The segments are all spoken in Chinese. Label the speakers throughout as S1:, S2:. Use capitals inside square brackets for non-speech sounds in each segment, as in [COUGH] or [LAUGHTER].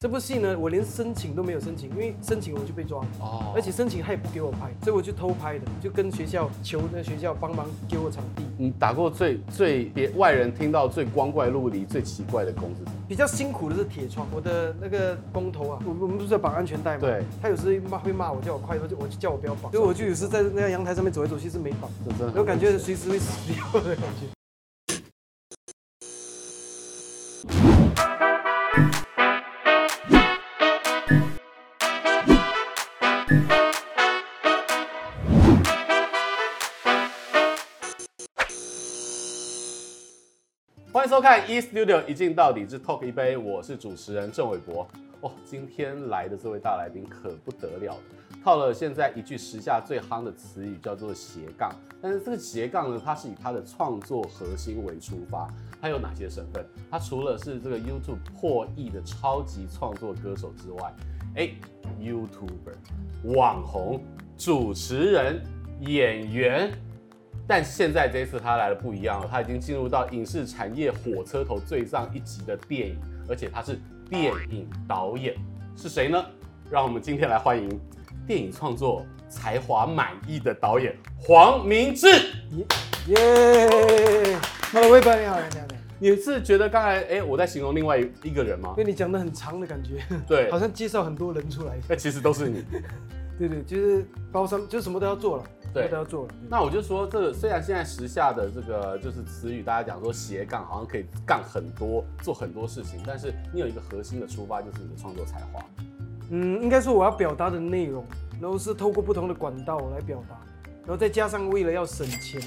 S1: 这部戏呢，我连申请都没有申请，因为申请我就被抓，
S2: 哦
S1: 而且申请他也不给我拍，所以我就偷拍的，就跟学校求那学校帮忙给我场地。
S2: 你打过最最别外人听到最光怪陆离、最奇怪的工是什么？
S1: 比较辛苦的是铁窗，我的那个工头啊，我我们不是要绑安全带吗？
S2: 对，
S1: 他有时骂会骂我，叫我快，我就我就叫我不要绑，所以我就有时在那个阳台上面走来走去是没绑，
S2: 这真的很
S1: 然后感觉随时会死掉的感觉。
S2: 欢迎收看 E Studio 一镜到底之 Talk 一杯，我是主持人郑伟博。哦，今天来的这位大来宾可不得了了，套了现在一句时下最夯的词语叫做斜杠，但是这个斜杠呢，它是以他的创作核心为出发。他有哪些身份？他除了是这个 YouTube 破亿的超级创作歌手之外，哎，YouTuber、网红、主持人、演员。但现在这一次他来了不一样了，他已经进入到影视产业火车头最上一级的电影，而且他是电影导演，是谁呢？让我们今天来欢迎电影创作才华满意的导演黄明志。
S1: 耶！Hello，魏班你好，你好，你好。
S2: 你是觉得刚才哎、我在形容另外一一个人吗
S1: 因？为你讲的很长的感觉，
S2: 对
S1: 好，像介绍很多人出来。
S2: 那其实都是你。
S1: 对对，就是包山，就是什么都要做了，什
S2: 对
S1: 么都要做了。
S2: 那我就说，这个虽然现在时下的这个就是词语，大家讲说斜杠好像可以杠很多，做很多事情，但是你有一个核心的出发，就是你的创作才华。
S1: 嗯，应该说我要表达的内容，然后是透过不同的管道来表达，然后再加上为了要省钱，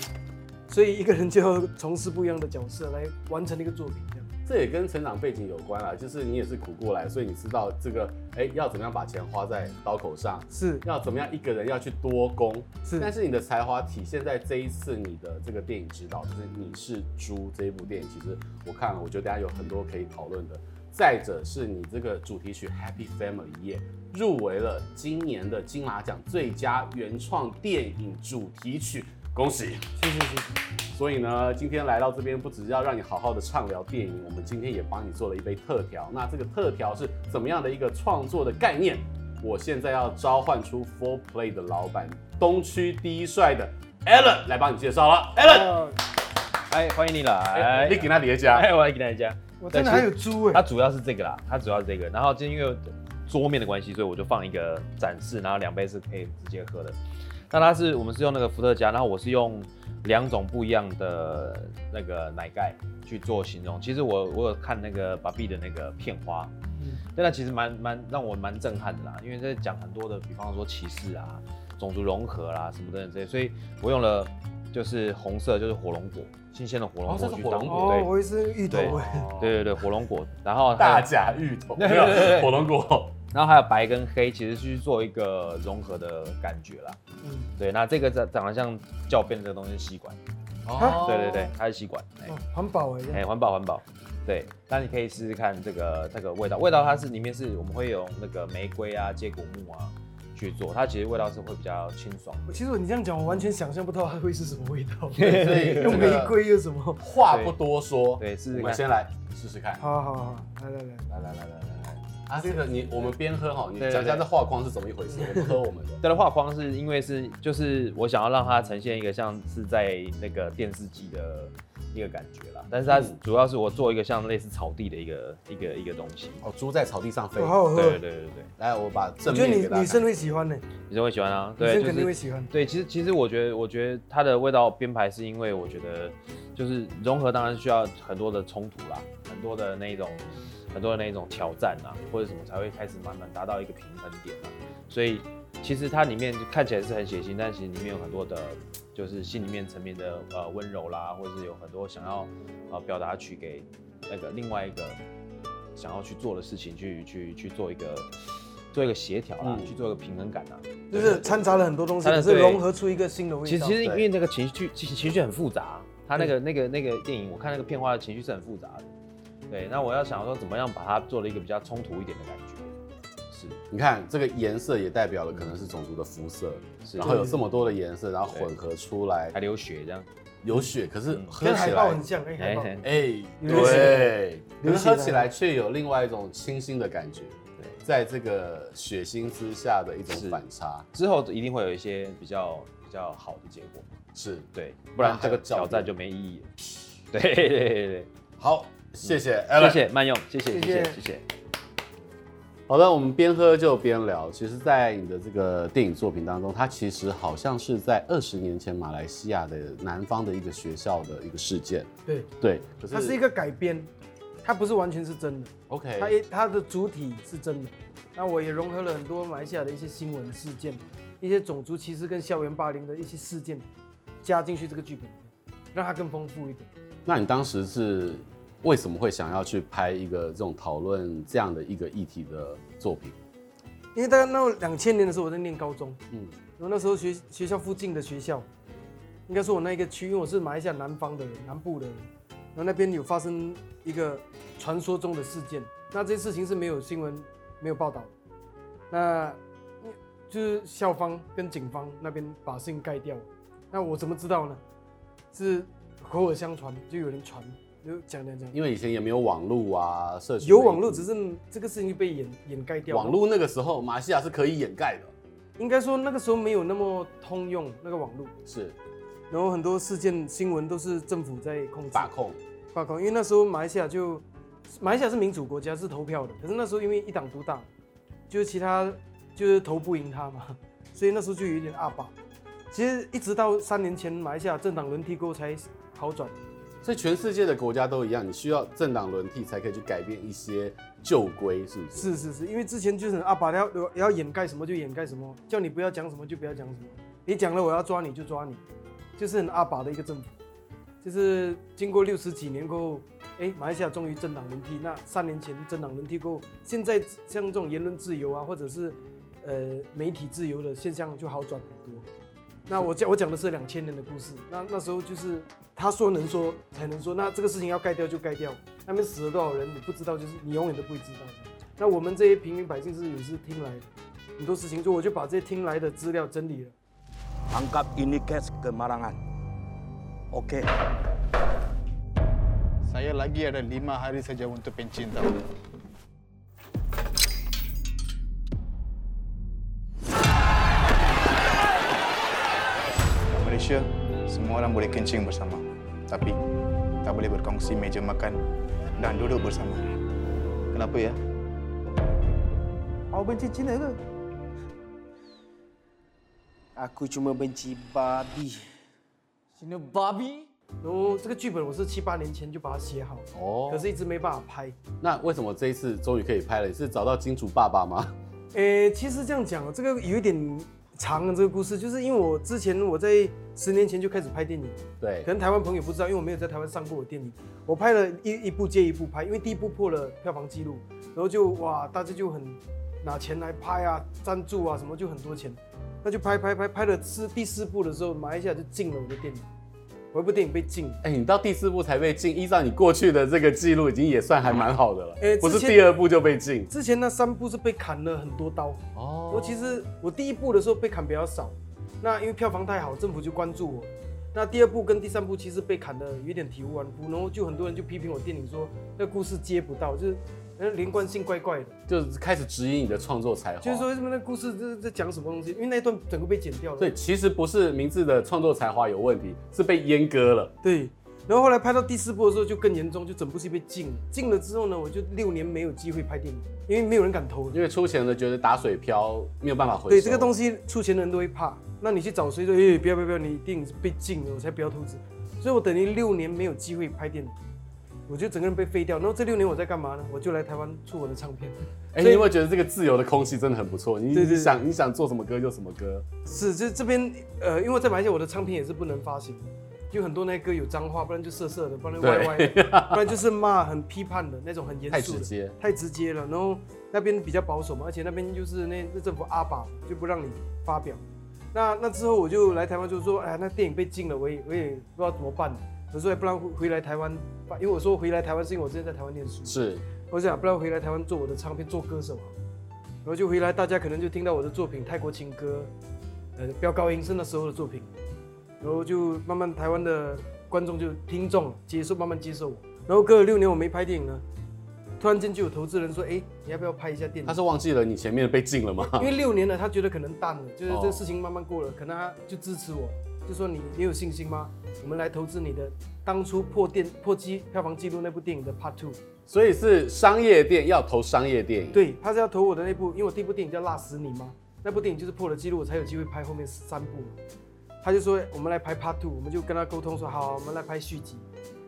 S1: 所以一个人就要从事不一样的角色来完成一个作品，这样。
S2: 这也跟成长背景有关啦，就是你也是苦过来，所以你知道这个，哎，要怎么样把钱花在刀口上，
S1: 是
S2: 要怎么样一个人要去多攻。
S1: 是
S2: 但是你的才华体现在这一次你的这个电影指导，就是《你是猪》这一部电影，其实我看了，我觉得大家有很多可以讨论的。再者是你这个主题曲《Happy Family》也入围了今年的金马奖最佳原创电影主题曲，恭喜！
S1: 是是是是，
S2: 所以呢，今天来到这边，不只是要让你好好的畅聊电影，我们今天也帮你做了一杯特调。那这个特调是怎么样的一个创作的概念？我现在要召唤出 Four Play 的老板，东区第一帅的 Alan 来帮你介绍了。Alan，、
S1: 哦
S3: 哎，欢迎你
S2: 哎
S3: 来。
S2: 你给他叠加，
S3: 哎，我来给大家。
S1: 我真的还有猪
S3: [LAUGHS] 它
S1: 哎，
S3: 主要是这个啦，它主要是这个。然后今天因为桌面的关系，所以我就放一个展示，然后两杯是可以直接喝的。那它是我们是用那个伏特加，然后我是用两种不一样的那个奶盖去做形容。其实我我有看那个芭比的那个片花，
S1: 嗯
S3: 对，那其实蛮蛮让我蛮震撼的啦，因为在讲很多的，比方说歧视啊、种族融合啦、什么等等这些，所以我用了就是红色，就是火龙果，新鲜的火龙
S2: 哦这
S3: 果
S2: 是
S3: 去
S2: 火
S3: 当
S2: 龙
S3: 做
S2: 果
S3: 对
S1: 哦，我也是芋头哎，
S3: 对对对，火龙果，然后还
S2: 哦大
S3: 有
S2: 甲芋头，
S3: 对
S2: 没
S3: 对
S2: 有
S3: 对对
S2: 火龙果。
S3: 然后还有白跟黑，其实去做一个融合的感觉啦。
S1: 嗯，
S3: 对，那这个长长得像教鞭的这个东西是吸管，
S1: 哦
S3: 对对对，，它是吸管，哎、
S1: 哦环保哎，这
S3: 哎
S1: 样
S3: 环保环保。对，那你可以试试看这个这个味道，味道它是里面是我们会用那个玫瑰啊、接骨木啊去做，它其实味道是会比较清爽。
S1: 其实你这样讲，我完全想象不到它会是什么味
S3: [LAUGHS]
S1: 道，
S2: 对所以
S1: 用玫瑰又什么？
S2: 话不多说，
S3: 对试
S2: 我
S3: 试
S2: 们
S3: 看
S2: 先来试试看。
S1: 好好好，来来来，
S2: 来来来来来来，啊，这个你我们边喝哈，你
S3: 对对
S2: 讲一下
S3: 对
S2: 这画框是怎么一回事， [LAUGHS] 我们喝我们的。
S3: 它的画框是因为是就是我想要让它呈现一个像是在那个电视机的一个感觉啦，但是它
S2: 嗯
S3: 主要是我做一个像类似草地的一个一个一个东西。
S2: 哦，猪在草地上飞
S1: 我。好好
S3: 对
S1: 喝
S3: 对，对对对，
S2: 来，我把
S1: 我
S2: 正
S1: 觉得
S2: 面
S1: 女
S2: 给大家
S1: 女
S2: 看。
S1: 生会喜欢呢，
S3: 女生会喜欢啊，
S1: 女
S3: 对，
S1: 生嗯
S3: 就
S1: 肯定会
S3: 是
S1: 喜欢。
S3: 对，其实其实我觉得我觉得它的味道编排是因为我觉得就是融合当然需要很多的冲突啦，很多的那一种很多的那一种挑战啊，或者什么才会开始慢慢达到一个平衡点啊，所以其实它里面看起来是很血腥，但其实里面有很多的，就是心里面层面的呃温柔啦，或者是有很多想要呃表达去给那个另外一个想要去做的事情去去去做一个做一个协调啦，
S2: 嗯
S3: 去做一个平衡感啊。
S1: 就是掺杂了很多东西，
S3: 掺
S1: 可
S3: 了
S1: 是
S3: 对
S1: 融合出一个新的味道。
S3: 其实其实因
S2: 对嗯
S3: 为那个情绪情情绪很复杂，他那个那个那个电影，我看那个片花的情绪是很复杂的。对，那我要想说怎么样把它做了一个比较冲突一点的感觉。是
S2: 你看这个颜色也代表了可能是种族的肤色，
S3: 是，
S2: 然后有这么多的颜色，然后混合出来
S3: 还流血这样。
S2: 有血，可是
S3: 嗯
S2: 喝
S1: 跟海
S2: 起
S1: 豹
S2: 来
S1: 很，像，哎，海
S3: 哎
S1: 豹。
S3: 哎
S2: 哎，
S1: 流血
S2: 对，可
S1: 流
S2: 是
S1: 血
S2: 喝
S1: 了
S2: 起来却有另外一种清新的感觉。在这个血腥之下的一种
S3: 是
S2: 反差，
S3: 之后一定会有一些比较比较好的结果，
S2: 是
S3: 对，不然
S2: 那还
S3: 这个
S2: 有照
S3: 挑战
S2: 片
S3: 就没意义了。对对对对
S2: 好，谢谢
S3: 对，谢
S2: Alan。
S3: 谢慢用，谢谢
S1: 谢
S3: 谢
S1: 谢
S3: 谢谢谢。
S2: 好的，我们边喝就边聊。其实，在你的这个电影作品当中，它其实好像是在二十年前马来西亚的南方的一个学校的一个事件。
S1: 对，
S2: 对，可是
S1: 它是一个改编，它不是完全是真的，它
S2: OK，
S1: 也它的主体是真的。那我也融合了很多马来西亚的一些新闻事件，一些种族歧视跟校园霸凌的一些事件，加进去这个剧本里面，让它更丰富一点。
S2: 那你当时是为什么会想要去拍一个这种讨论这样的一个议题的作品？
S1: 因为大概那两千年的时候，我在念高中，
S2: 嗯，
S1: 然后那时候学学校附近的学校，应该说我那一个区，因为我是马来西亚南方的人，南部的人，然后那边有发生一个传说中的事件，那这些事情是没有新闻没有报道的，那就是校方跟警方那边把事情盖掉了，那我怎么知道呢？是口耳相传，就有人传，就讲讲讲，
S2: 因为以前也没有网络啊，社群
S1: 有网络，只
S2: 是
S1: 是这个事情就被掩掩盖掉了。
S2: 网络那个时候马来西亚是可以掩盖的，
S1: 应该说那个时候没有那么通用那个网络，
S2: 是
S1: 然后很多事件新闻都是政府在控制
S2: 把控。
S1: 罢工，因为那时候马来西亚就马来西亚是民主国家是投票的，可是那时候因为一党独大，就是其他就是投不赢他嘛， [LAUGHS] 所以那时候就有一点阿爸。其实一直到三年前马来西亚政党轮替过后才好转，
S2: 所以全世界的国家都一样，你需要政党轮替才可以去改变一些旧规，是不是？
S1: 是是是，因为之前就是很阿爸要要掩盖什么就掩盖什么，叫你不要讲什么就不要讲什么，你讲了我要抓你就抓你，就是很阿爸的一个政府。就是经过六十几年过后，哎，马来西亚终于政党轮替。那三年前政党轮替过后，现在像这种言论自由啊，或者是呃媒体自由的现象就好转很多。那我讲我讲的是两千年的故事，那那时候就是他说能说才能说，那这个事情要盖掉就盖掉，那边死了多少人你不知道，就是你永远都不会知道的。那我们这些平民百姓是也是听来的很多事情，所以我就把这些听来的资料整理了。
S4: Anggap ini kes kemarangan. Okey.
S5: Saya lagi ada lima hari saja untuk pencin tahu. Kat Malaysia, semua orang boleh kencing bersama. Tapi, tak boleh berkongsi meja makan dan duduk bersama. Kenapa ya?
S4: Awak benci Cina ke? Aku cuma benci babi. Cina babi?
S1: 然后哦这个剧本我是七八年前就把它写好了，
S2: 哦
S1: 可是一直没办法拍。
S2: 那为什么这一次终于可以拍了？你是找到金主爸爸吗？ [LAUGHS]
S1: 诶、其实这样讲啊，这个有一点长的这个故事，就是因为我之前我在十年前就开始拍电影，
S2: 对
S1: 可，能台湾朋友不知道，因为我没有在台湾上过我电影，我拍了一一部接一部拍，因为第一部破了票房纪录，然后就哇，大家就很拿钱来拍啊，赞助啊什么就很多钱，那就拍拍拍拍了四第四部的时候，马来西亚就禁了我的电影，我一部电影被禁了。
S2: 哎、你到第四部才被禁，依照你过去的这个记录，已经也算还蛮好的了，
S1: 哎
S2: 不是
S1: 之前
S2: 第二部就被禁。
S1: 之前那三部是被砍了很多刀，
S2: 哦
S1: 我其实我第一部的时候被砍比较少，那因为票房太好，政府就关注我。那第二部跟第三部其实被砍的有点体无完肤，然后就很多人就批评我电影说那故事接不到，就是那连贯性怪怪的，
S2: 就是开始质疑你的创作才华。
S1: 就是说为什么那故事这在讲什么东西？因为那一段整个被剪掉了。
S2: 所以其实不是明志的创作才华有问题，是被阉割了。
S1: 对，然后后来拍到第四部的时候就更严重，就整部戏被禁了。禁了之后呢，我就六年没有机会拍电影，因为没有人敢投了。
S2: 因为出钱的觉得打水漂没有办法回收。
S1: 对这个
S2: 西，
S1: 东西，出钱的人都会怕。那你去找谁说，哎、不要不要不要，你电影是被禁了，我才不要投资。所以我等于六年没有机会拍电影，我就整个人被废掉。然后这六年我在干嘛呢？我就来台湾出我的唱片。所
S2: 哎、
S1: 以
S2: 你有没有觉得这个自由的空气真的很不错？你
S1: 对对
S2: 你想你想做什么歌就什么歌。
S1: 是，这这边呃，因为在马来西亚我的唱片也是不能发行，有很多那歌有脏话，不然就色色的，不然就歪歪的，不然就是骂很批判的那种很严肃的，
S2: 太直接
S1: 太直接了。然后那边比较保守嘛，而且那边就是那那政府阿爸就不让你发表。那那之后我就来台湾，就说哎呀，那电影被禁了，我也我也不知道怎么办。我说哎不然回回来台湾吧，因为我说回来台湾是因为我之前在台湾念书，
S2: 是，
S1: 我想啊不然回来台湾做我的唱片，做歌手啊。然后就回来，大家可能就听到我的作品《泰国情歌》，呃，飙高音是那时候的作品。然后就慢慢台湾的观众就听众接受，慢慢接受我。然后隔了六年我没拍电影了，突然间就有投资人说：“哎，你要不要拍一下电影？”
S2: [LAUGHS] 他是忘记了你前面被禁了吗？
S1: 因为六年了，他觉得可能淡了，就是这
S2: 哦
S1: 事情慢慢过了，可能他就支持我，就说你你有信心吗？我们来投资你的当初破电破纪票房纪录那部电影的 Part Two。
S2: [LAUGHS] 所以是商业电要投商业电影。，
S1: 对，他是要投我的那部，因为我第一部电影叫《辣死你妈》，那部电影就是破了纪录，我才有机会拍后面三部嘛。他就说我们来拍 Part Two，我们就跟他沟通说好，我们来拍续集。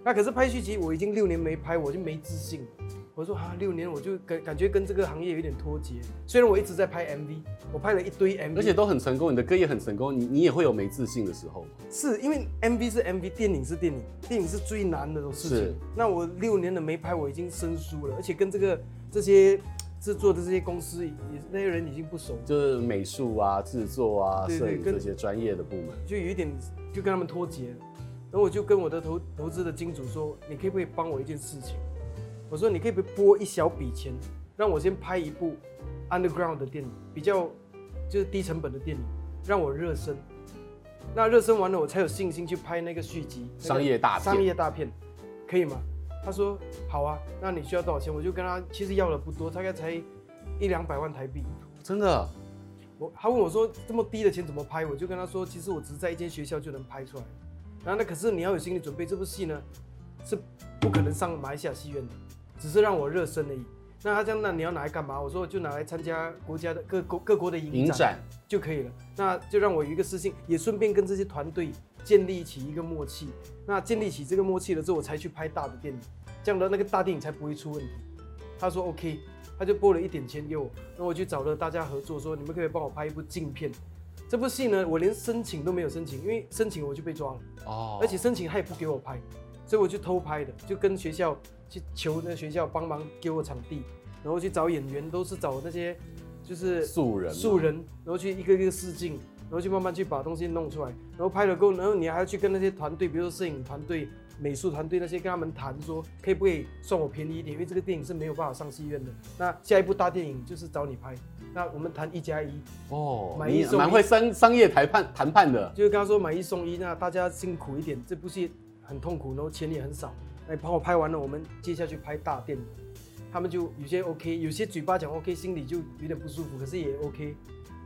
S1: 那可是拍续集我已经六年没拍，我就没自信了。我说啊，六年我就感感觉跟这个行业有点脱节。虽然我一直在拍 MV，我拍了一堆 MV，
S2: 而且都很成功，你的歌也很成功，你你也会有没自信的时候。
S1: 是因为 MV 是 MV，电影是电影，电影是最难的事
S2: 是
S1: 情。那我六年的没拍，我已经生疏了，而且跟这个这些制作的这些公司也那些人已经不熟，
S2: 就是美术啊、制作啊、
S1: 对
S2: 摄
S1: 对
S2: 影
S1: 跟
S2: 这些专业的部门。
S1: 就有一点就跟他们脱节了。然后我就跟我的投投资的金主说，你可不可以帮我一件事情？我说你可以不可以拨一小笔钱，让我先拍一部 underground 的电影，比较就是低成本的电影，让我热身。那热身完了，我才有信心去拍那个续集，那个
S2: 商业大片
S1: 商业大片，可以吗？他说好啊，那你需要多少钱？我就跟他其实要的不多，大概才一两百万台币。
S2: 真的，
S1: 我他问我说这么低的钱怎么拍，我就跟他说，其实我只是在一间学校就能拍出来。然后那可是你要有心理准备，这部戏呢是不可能上马来西亚戏院的，只是让我热身而已。那他这样，那你要拿来干嘛？我说就拿来参加国家的各国各国的影啊
S2: 影展
S1: 就可以了。那就让我有一个私信，也顺便跟这些团队建立起一个默契。那建立起这个默契了之后，我才去拍大的电影，这样的那个大电影才不会出问题。他说 OK，他就拨了一点钱给我，那我去找了大家合作，说你们可不可以帮我拍一部镜片。这部戏呢，我连申请都没有申请，因为申请我就被抓了。
S2: 哦
S1: 而且申请他也不给我拍，所以我就偷拍的，就跟学校去求那个学校帮忙给我场地，然后去找演员，都是找那些就是
S2: 素人
S1: 呃
S2: 嘛
S1: 素人，然后去一个一个试镜，然后去慢慢去把东西弄出来，然后拍了够，然后你还要去跟那些团队，比如说摄影团队、美术团队那些跟他们谈说，可以不可以算我便宜一点，因为这个电影是没有办法上戏院的。那下一部大电影就是找你拍，那我们谈一加一，
S2: 哦，
S1: 买一
S2: 你
S1: 送一
S2: 蛮会商商业谈判谈判的。
S1: 就是跟他说买一送一，那大家辛苦一点，这部戏很痛苦，然后钱也很少。那你帮我拍完了，我们接下去拍大电影。他们就有些 OK，有些嘴巴讲 OK，心里就有点不舒服，可是也 OK。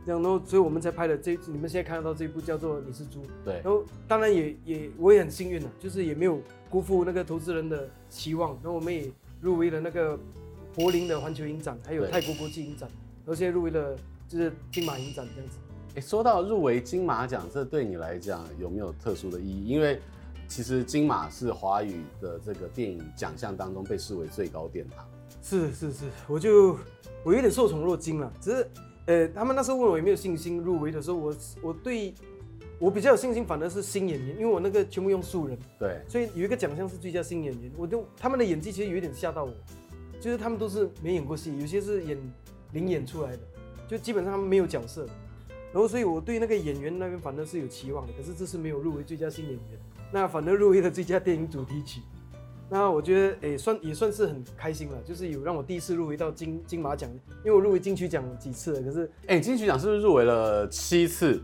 S1: 这样，然后所以我们才拍了这，你们现在看得到这一部叫做《你是猪》。
S2: 对
S1: 然，后当然也也我也很幸运了，啊就是也没有辜负那个投资人的期望，然后我们也入围了那个柏林的环球影展，还有
S2: 对
S1: 泰国国际影展，然后现在入围了就是金马影展这样子。
S2: 诶说到入围金马奖，这对你来讲有没有特殊的意义？因为其实金马是华语的这个电影奖项当中被视为最高殿堂。
S1: 是是是，我就我有点受宠若惊了。只是呃，他们那时候问我有没有信心入围的时候，我我对我比较有信心，反而是新演员，因为我那个全部用素人，
S2: 对，
S1: 所以有一个奖项是最佳新演员，我就他们的演技其实有一点吓到我，就是他们都是没演过戏，有些是演零演出来的，就基本上他们没有角色。然后，所以我对那个演员那边反而是有期望的，可是这次没有入围最佳新演员，那反而入围了最佳电影主题曲。那我觉得诶、算也算是很开心了，就是有让我第一次入围到金金马奖，因为我入围金曲奖几次了，可是
S2: 哎，金曲奖是不是入围了七次、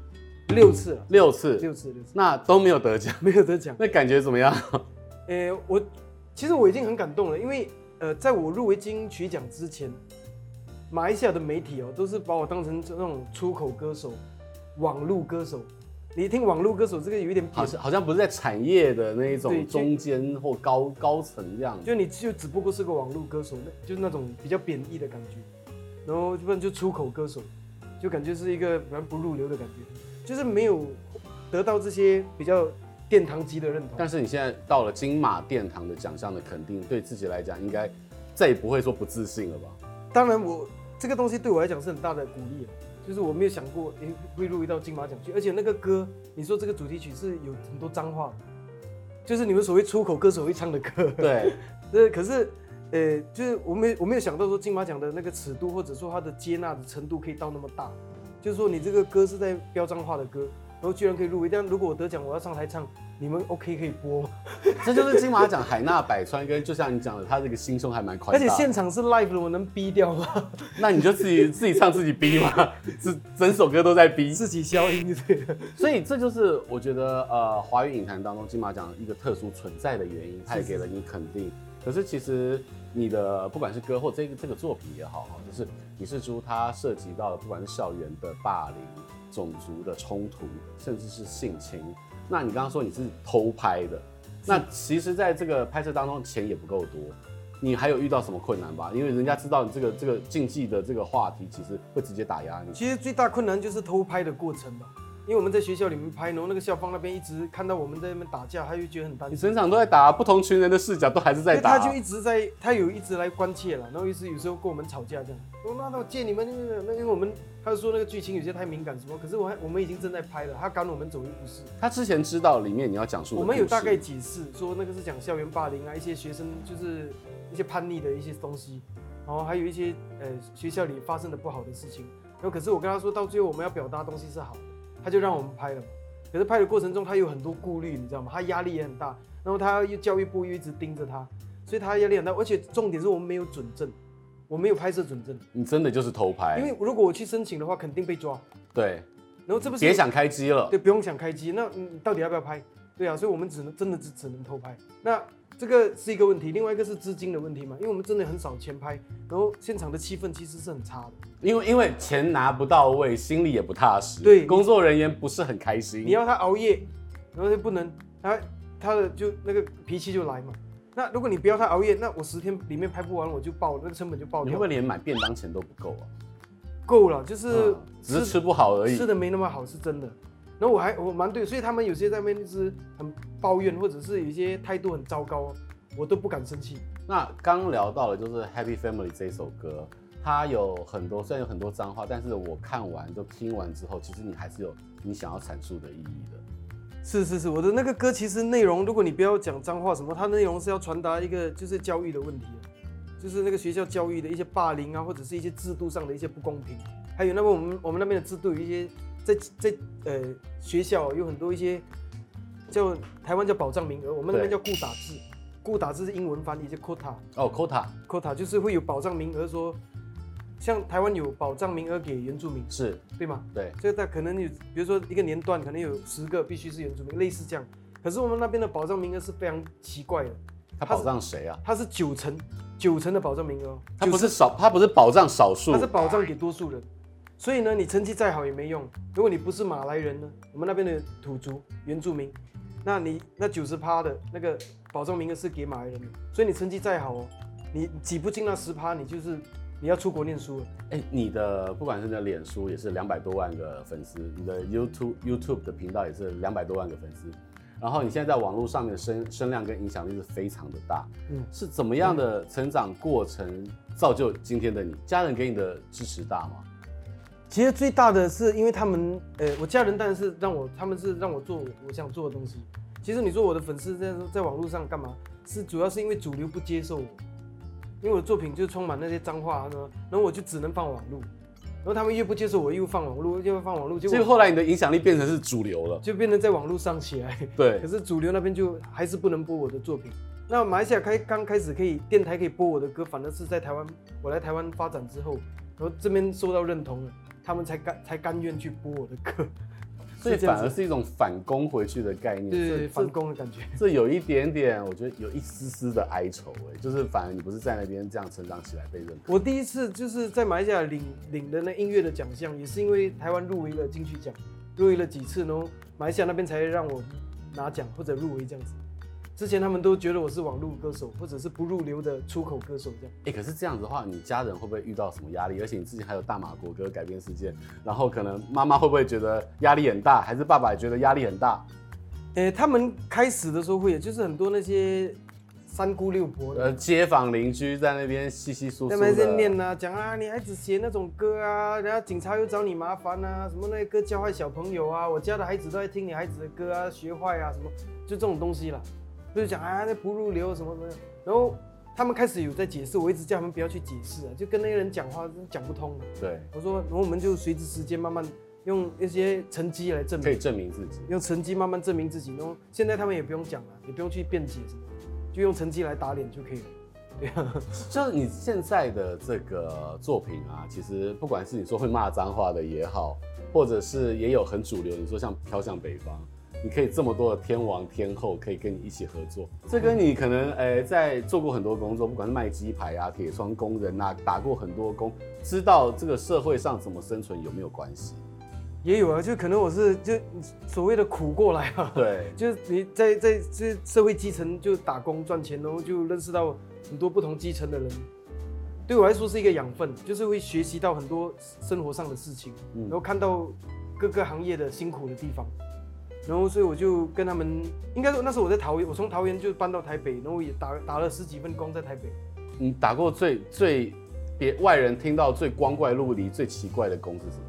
S1: 六次了， [LAUGHS]
S2: 六次？
S1: 六次六次
S2: 那都没有得奖，
S1: 没有得 [LAUGHS] 奖。
S2: 那感觉怎么样？
S1: 诶、呃我其实我已经很感动了，因为呃，在我入围金曲奖之前，马来西亚的媒体哦，都是把我当成这种出口歌手、网络歌手。你一听网络歌手这个有一点
S2: 好
S1: 贬
S2: 像好像不是在产业的那一
S1: 对
S2: 种
S1: 就
S2: 中间或高高层这样子。
S1: 就你就只不过是个网络歌手，那就是那种比较贬义的感觉，然后不然就出口歌手，就感觉是一个蛮不入流的感觉，就是没有得到这些比较殿堂级的认同。
S2: 但是你现在到了金马殿堂的奖项的肯定，对自己来讲，应该再也不会说不自信了吧？
S1: 当然我，这个东西对我来讲是很大的鼓励，啊就是我没有想过诶会入围到金马奖去，而且那个歌，你说这个主题曲是有很多脏话，就是你们所谓出口歌手会唱的歌。 [LAUGHS]
S2: 对，
S1: [LAUGHS] 对，可是，呃，就是我没我没有想到说金马奖的那个尺度，或者说它的接纳的程度可以到那么大，就是说你这个歌是在标彰化的歌，然后居然可以入围。但如果我得奖，我要上台唱，你们 OK 可以播吗？
S2: 这就是金马奖海纳百川，跟就像你讲的，他这个心胸还蛮宽
S1: 而
S2: 大。
S1: 且现，场是 live 的，我能逼掉吗？
S2: 那你就自己自己唱自己逼
S1: [LAUGHS]
S2: 嘛，整整首歌都在逼。
S1: 自己消音就对了。
S2: 所以这就是我觉得呃，华语影坛当中金马奖一个特殊存在的原因，它也给了你肯定。可是其实你的不管是歌或这个这个作品也好，就是你是猪，它涉及到的不管是校园的霸凌、种族的冲突，甚至是性侵。那你刚刚说你是偷拍的，那其实在这个拍摄当中钱也不够多，你还有遇到什么困难吧？因为人家知道你这个这个竞技的这个话题，其实会直接打压你。
S1: 其实最大困难就是偷拍的过程吧，因为我们在学校里面拍，然后那个校方那边一直看到我们在那边打架，他就觉得很担
S2: 你
S1: 心。
S2: 整场都在打，不同群人的视角都还是在
S1: 因为他
S2: 打。
S1: 就一直在，他有一直来关切了，然后一直有时候跟我们吵架这样。我那我借你们那个，那因为我们他就说那个剧情有些太敏感什么，可是我还我们已经正在拍了，他赶我们走又不是。
S2: 他之前知道里面你要讲述的
S1: 我们有
S2: 故事
S1: 大概解释说那个是讲校园霸凌啊，一些学生就是一些叛逆的一些东西，然后还有一些呃学校里发生的不好的事情。然后可是我跟他说到最后我们要表达的东西是好的，他就让我们拍了嘛。可是拍的过程中他有很多顾虑，你知道吗？他压力也很大，然后他又教育部又一直盯着他，所以他压力很大。而且重点是我们没有准证，我没有拍摄准证，
S2: 你真的就是偷拍，
S1: 因为如果我去申请的话肯定被抓。
S2: 对，
S1: 然后这不是
S2: 别想开机了
S1: 对，。不用想开机，那你到底要不要拍？对啊，所以我们只能真的只只能偷拍。那这个是一个问题，另外一个是资金的问题嘛，因为我们真的很少钱拍，然后现场的气氛其实是很差的。
S2: 因为因为钱拿不到位，心里也不踏实，
S1: 对
S2: 工作人员不是很开心。
S1: 你要他熬夜，然后他不能，他他的就那个脾气就来嘛。那如果你不要他熬夜，那我十天里面拍不完，我就爆了，那个成本就爆
S2: 你会
S1: 掉
S2: 不会。连买便当钱都不够啊？
S1: 够了，就是、
S2: 嗯只是吃不好而已。
S1: 吃的没那么好是真的。然后我还我蛮对，所以他们有些在那边就是很抱怨，或者是有一些态度很糟糕，我都不敢生气。
S2: 那刚聊到了就是《Happy Family》这首歌，它有很多虽然有很多脏话，但是我看完就听完之后，其实你还是有你想要阐述的意义的。
S1: 是是是，我的那个歌其实内容，如果你不要讲脏话什么，它内容是要传达一个就是教育的问题啊，就是那个学校教育的一些霸凌啊，或者是一些制度上的一些不公平，还有那么我们我们那边的制度有一些在在呃学校有很多一些叫台湾叫保障名额，我们那边
S2: 对
S1: 叫固打制，固打制是英文翻译叫 quota
S2: 哦，Kota
S1: quota 就是会有保障名额说，像台湾有保障名额给原住民，
S2: 是
S1: 对吗？
S2: 对，
S1: 所以它可能有，比如说一个年段可能有十个必须是原住民，类似这样。可是我们那边的保障名额是非常奇怪的，
S2: 它
S1: 它是
S2: 保障谁啊？
S1: 它是九成九成的保障名额哦，
S2: 它不是少，它不是保障少数
S1: 它，是保障给多数人。所以呢，你成绩再好也没用。如果你不是马来人呢，我们那边的土族原住民，那你那九十趴的那个保障名额是给马来人的，所以你成绩再好哦，你挤不进那十趴，你就是你要出国念书了。
S2: 哎、你的不管是你的脸书也是两百多万个粉丝，你的 YouTube YouTube 的频道也是两百多万个粉丝，然后你现在在网络上面的声声量跟影响力是非常的大，
S1: 嗯
S2: 是怎么样的成长过程造就今天的你？家人给你的支持大吗？
S1: 其实最大的是因为他们，呃，我家人当然是让我，他们是让我做我想做的东西。其实你说我的粉丝在在网络上干嘛？是主要是因为主流不接受我，因为我的作品就充满那些脏话呢，然后我就只能放网络，然后他们越不接受我，又放网络，又放网络，结
S2: 所以
S1: 果
S2: 后来你的影响力变成是主流了，
S1: 就变成在网络上起来。
S2: 对
S1: 可，是主流那边就还是不能播我的作品。那马来西亚开刚开始可以电台可以播我的歌，反而是在台湾，我来台湾发展之后，然后这边受到认同了，他们才甘才甘愿去播我的歌，
S2: 所以
S1: 是这样
S2: 反
S1: 子
S2: 而是一种反攻回去的概
S1: [LAUGHS]
S2: 念，
S1: 对
S2: 这
S1: 对对，
S2: 这
S1: 反攻的感觉。
S2: 这有一点点，我觉得有一丝丝的哀愁哎、就是反而你不是在那边这样成长起来被认可。
S1: 我第一次就是在马来西亚领领的那音乐的奖项，也是因为台湾入围了金曲奖，入围了几次，然后马来西亚那边才让我拿奖或者入围这样子。之前他们都觉得我是网络歌手，或者是不入流的出口歌手这样。
S2: 哎、可是这样子的话，你家人会不会遇到什么压力？而且你之前还有大马国歌改编事件，然后可能妈妈会不会觉得压力很大，还是爸爸也觉得压力很大？
S1: 呃，他们开始的时候会，就是很多那些三姑六婆
S2: 呃，
S1: 的，
S2: 街坊邻居在那边稀稀疏疏
S1: 他们在
S2: 的，
S1: 念啊，讲啊，你孩子写那种歌啊，然后警察又找你麻烦啊，什么那些歌教坏小朋友啊，我家的孩子都在听你孩子的歌啊，学坏啊，什么就这种东西啦，就是讲啊，那不入流什么什么的，然后他们开始有在解释，我一直叫他们不要去解释啊，就跟那些人讲话真讲不通的。
S2: 对，
S1: 我说，然后我们就随着时间慢慢用一些成绩来证明
S2: 可。以证明自己。
S1: 用成绩慢慢证明自己。然后现在他们也不用讲了，也不用去辩解什么，就用成绩来打脸就可以了。对啊，
S2: 像你现在的这个作品啊，其实不管是你说会骂脏话的也好，或者是也有很主流，你说像《飘向北方》，你可以这么多的天王天后可以跟你一起合作，这跟你可能诶、呃在做过很多工作，不管是卖鸡排啊、铁窗工人啊，打过很多工，知道这个社会上怎么生存有没有关系？
S1: 也有啊，就可能我是就所谓的苦过来啊。 [LAUGHS]
S2: 对
S1: 就是你在在这社会基层就打工赚钱，然后就认识到很多不同基层的人，对我来说是一个养分，就是会学习到很多生活上的事情，
S2: 嗯
S1: 然后看到各个行业的辛苦的地方，然后所以我就跟他们，应该说那时候我在桃园，我从桃园就搬到台北，然后也打打了十几份工在台北，
S2: 你打过最最别外人听到最光怪陆离、最奇怪的工是什么？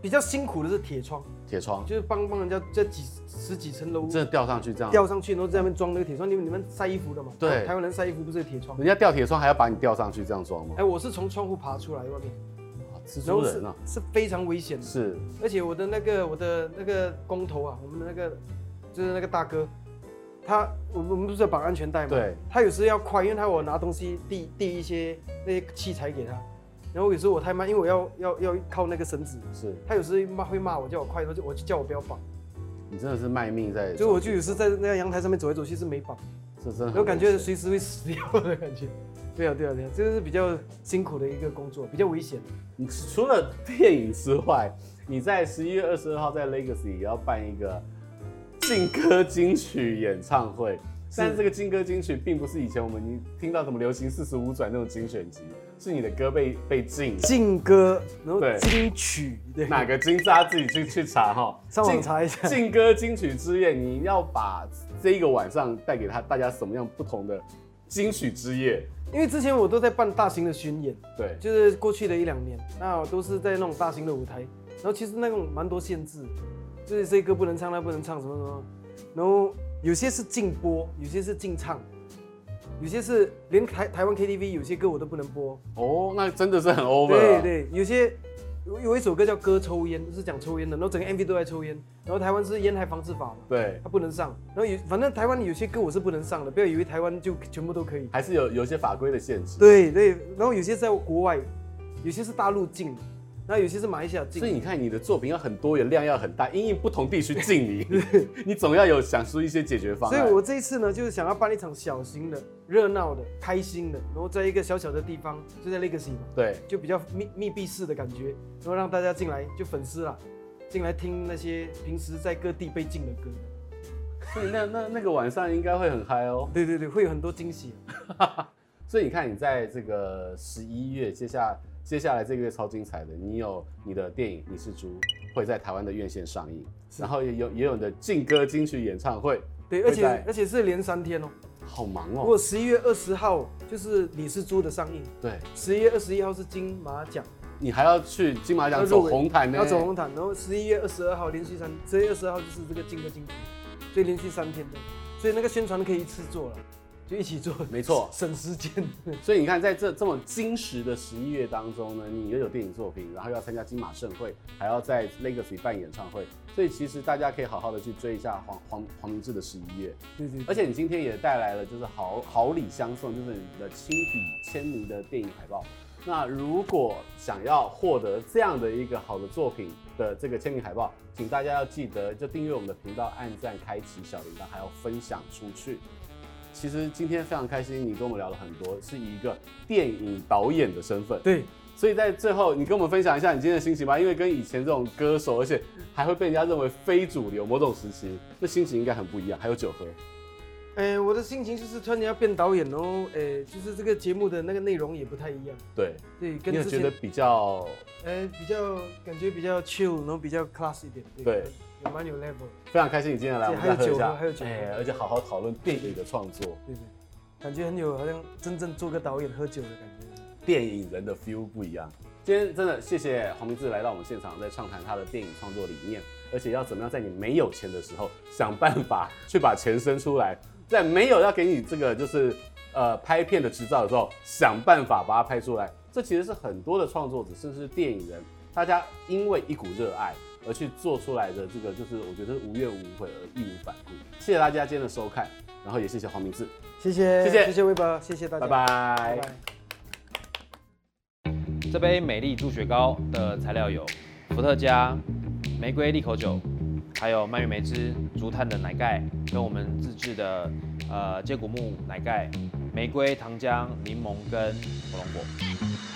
S1: 比较辛苦的是铁窗，
S2: 铁窗，
S1: 就是帮帮人家在几十几层楼
S2: 你真的吊上去这样，
S1: 吊上去，然后在那边装那个铁窗，你们你们晒衣服的嘛？
S2: 对
S1: 台湾人晒衣服不是有铁窗？
S2: 哦人家吊铁窗还要把你吊上去这样装吗
S1: 哎，？我是从窗户爬出来外面，
S2: 哇蜘
S1: 然
S2: 蛛
S1: 后
S2: 人
S1: 是
S2: 啊，
S1: 是非常危险的。
S2: 是
S1: 而且我的那个我的那个工头啊，我们的那个就是那个大哥，他我我们不是有绑安全带吗？
S2: 对，
S1: 他有时要快，因为他我拿东西递递一些那些器材给他，然后有时候我太慢，因为我要要要靠那个绳子，
S2: 是，
S1: 他有时候骂会骂我，叫我快，他就我就叫我不要绑，
S2: 你真的是卖命在，
S1: 所以我就有时在那个阳台上面走来走去是没绑，
S2: 这真的
S1: 然
S2: 很
S1: 后感
S2: 危
S1: 觉
S2: 险
S1: 随时会死掉的感觉。 [LAUGHS] 对啊，对啊，对啊，这个是比较辛苦的一个工作，比较危险。
S2: 你除了电影之外，你在十一月二十二号在 Legacy 也要办一个劲歌金曲演唱会，但是这个劲歌金曲并不是以前我们你听到什么流行四十五转那种精选集，是你的歌被被禁。
S1: 劲歌，然后
S2: 对
S1: 金曲，对，
S2: 哪个金渣自己去去查哈，
S1: 上网
S2: 劲
S1: 查一下
S2: 劲歌金曲之夜，你要把这一个晚上带给他大家什么样不同的金曲之夜？
S1: 因为之前我都在办大型的巡演，
S2: 对，
S1: 就是过去的一两年，那我都是在那种大型的舞台，然后其实那种蛮多限制，就是这歌不能唱，那不能唱什么什么，然后有些是禁播，有些是禁唱，有些是连台台湾 KTV 有些歌我都不能播，
S2: 哦，那真的是很 over
S1: 对
S2: 啊
S1: 对，有些有有一首歌叫《歌抽烟》，是讲抽烟的，然后整个 MV 都在抽烟，然后台湾是烟害防治法嘛，
S2: 对
S1: 它不能上，然后有反正台湾有些歌我是不能上的，不要以为台湾就全部都可以。
S2: 还是有有一些法规的限制。
S1: 对对，然后有些是在国外，有些是大陆进，然后有些是马来西亚
S2: 所以
S1: 进。
S2: 你看，你的作品要很多元，量要很大，因应不同地区敬你， [LAUGHS] 你总要有想出一些解决方
S1: 所
S2: 案。
S1: 以我这一次呢，就是想要办一场小型的、热闹的、开心的，然后在一个小小的地方，就在 Legacy 嘛，
S2: 对
S1: 就比较密密闭式的感觉，然后让大家进来，就粉丝啦，进来听那些平时在各地被禁的歌。
S2: 所以那那那个晚上应该会很嗨哦。
S1: 对对对，会有很多惊
S2: [LAUGHS]
S1: 喜。
S2: 所以你看，你在这个十一月接下接下来这个月超精彩的，你有你的电影《你是猪》会在台湾的院线上映，然后也有也有你的劲歌金曲演唱会，
S1: 对，
S2: 会
S1: 而且
S2: 在
S1: 而且是连三天哦。
S2: 好忙
S1: 不
S2: 哦
S1: 过。十一月二十号就是《你是猪》的上映，
S2: 对
S1: 十一月二十一号是金马奖。
S2: 你还要去金马奖
S1: 要
S2: 走
S1: 入围
S2: 红毯呢，
S1: 要走红毯，然后十一月二十二号连续三，十一月二十二号就是这个金歌金曲，所以连续三天的，所以那个宣传可以一次做了，就一起做，
S2: 没错
S1: [LAUGHS] 省时间。
S2: 所以你看，在这这么金石的十一月当中呢，你又有电影作品，然后又要参加金马盛会，还要在 Legacy 办演唱会，所以其实大家可以好好的去追一下黄黄黄明志的十一月。
S1: 对对对，
S2: 而且你今天也带来了就是好好礼相送，就是你的亲笔签名的电影海报。那如果想要获得这样的一个好的作品的这个签名海报，请大家要记得就订阅我们的频道、按赞、开启小铃铛，还要分享出去。其实今天非常开心，你跟我们聊了很多，是以一个电影导演的身份。
S1: 对，
S2: 所以在最后，你跟我们分享一下你今天的心情吧，因为跟以前这种歌手，而且还会被人家认为非主流某种时期，那心情应该很不一样。还有酒喝。
S1: 哎，我的心情就是突然间要变导演哦，哎，就是这个节目的那个内容也不太一样，
S2: 对，
S1: 对，
S2: 你
S1: 跟
S2: 有
S1: 之
S2: 觉得
S1: 前
S2: 比较
S1: 哎比较感觉比较 chill，然后比较 class 一点，
S2: 对，
S1: 有蛮有 level，
S2: 非常开心，你今天来，我
S1: 对
S2: 们再喝一下，
S1: 还有酒喝
S2: 哎
S1: 还有酒喝
S2: 而且好好讨论电影的创作，
S1: 对对，感觉很有好像真正做个导演喝酒的感觉。
S2: 电影人的 feel 不一样。今天真的谢谢黄明志来到我们现场，在畅谈他的电影创作理念，而且要怎么样在你没有钱的时候想办法去把钱生出来，在没有要给你这个就是呃拍片的执照的时候，想办法把它拍出来。这其实是很多的创作者，甚至是电影人，大家因为一股热爱而去做出来的这个，就是我觉得是无怨无悔而义无反顾。谢谢大家今天的收看，然后也谢谢黄明志，
S1: 谢谢，
S2: 谢谢
S1: 谢谢微博，谢谢大家，
S2: 拜
S1: 拜
S2: 拜
S1: 拜。
S3: 这杯美丽助雪糕的材料有伏特加、玫瑰利口酒、还有蔓越莓汁、竹炭的奶盖，跟我们自制的呃接骨木奶盖、玫瑰糖浆、柠檬跟火龙果。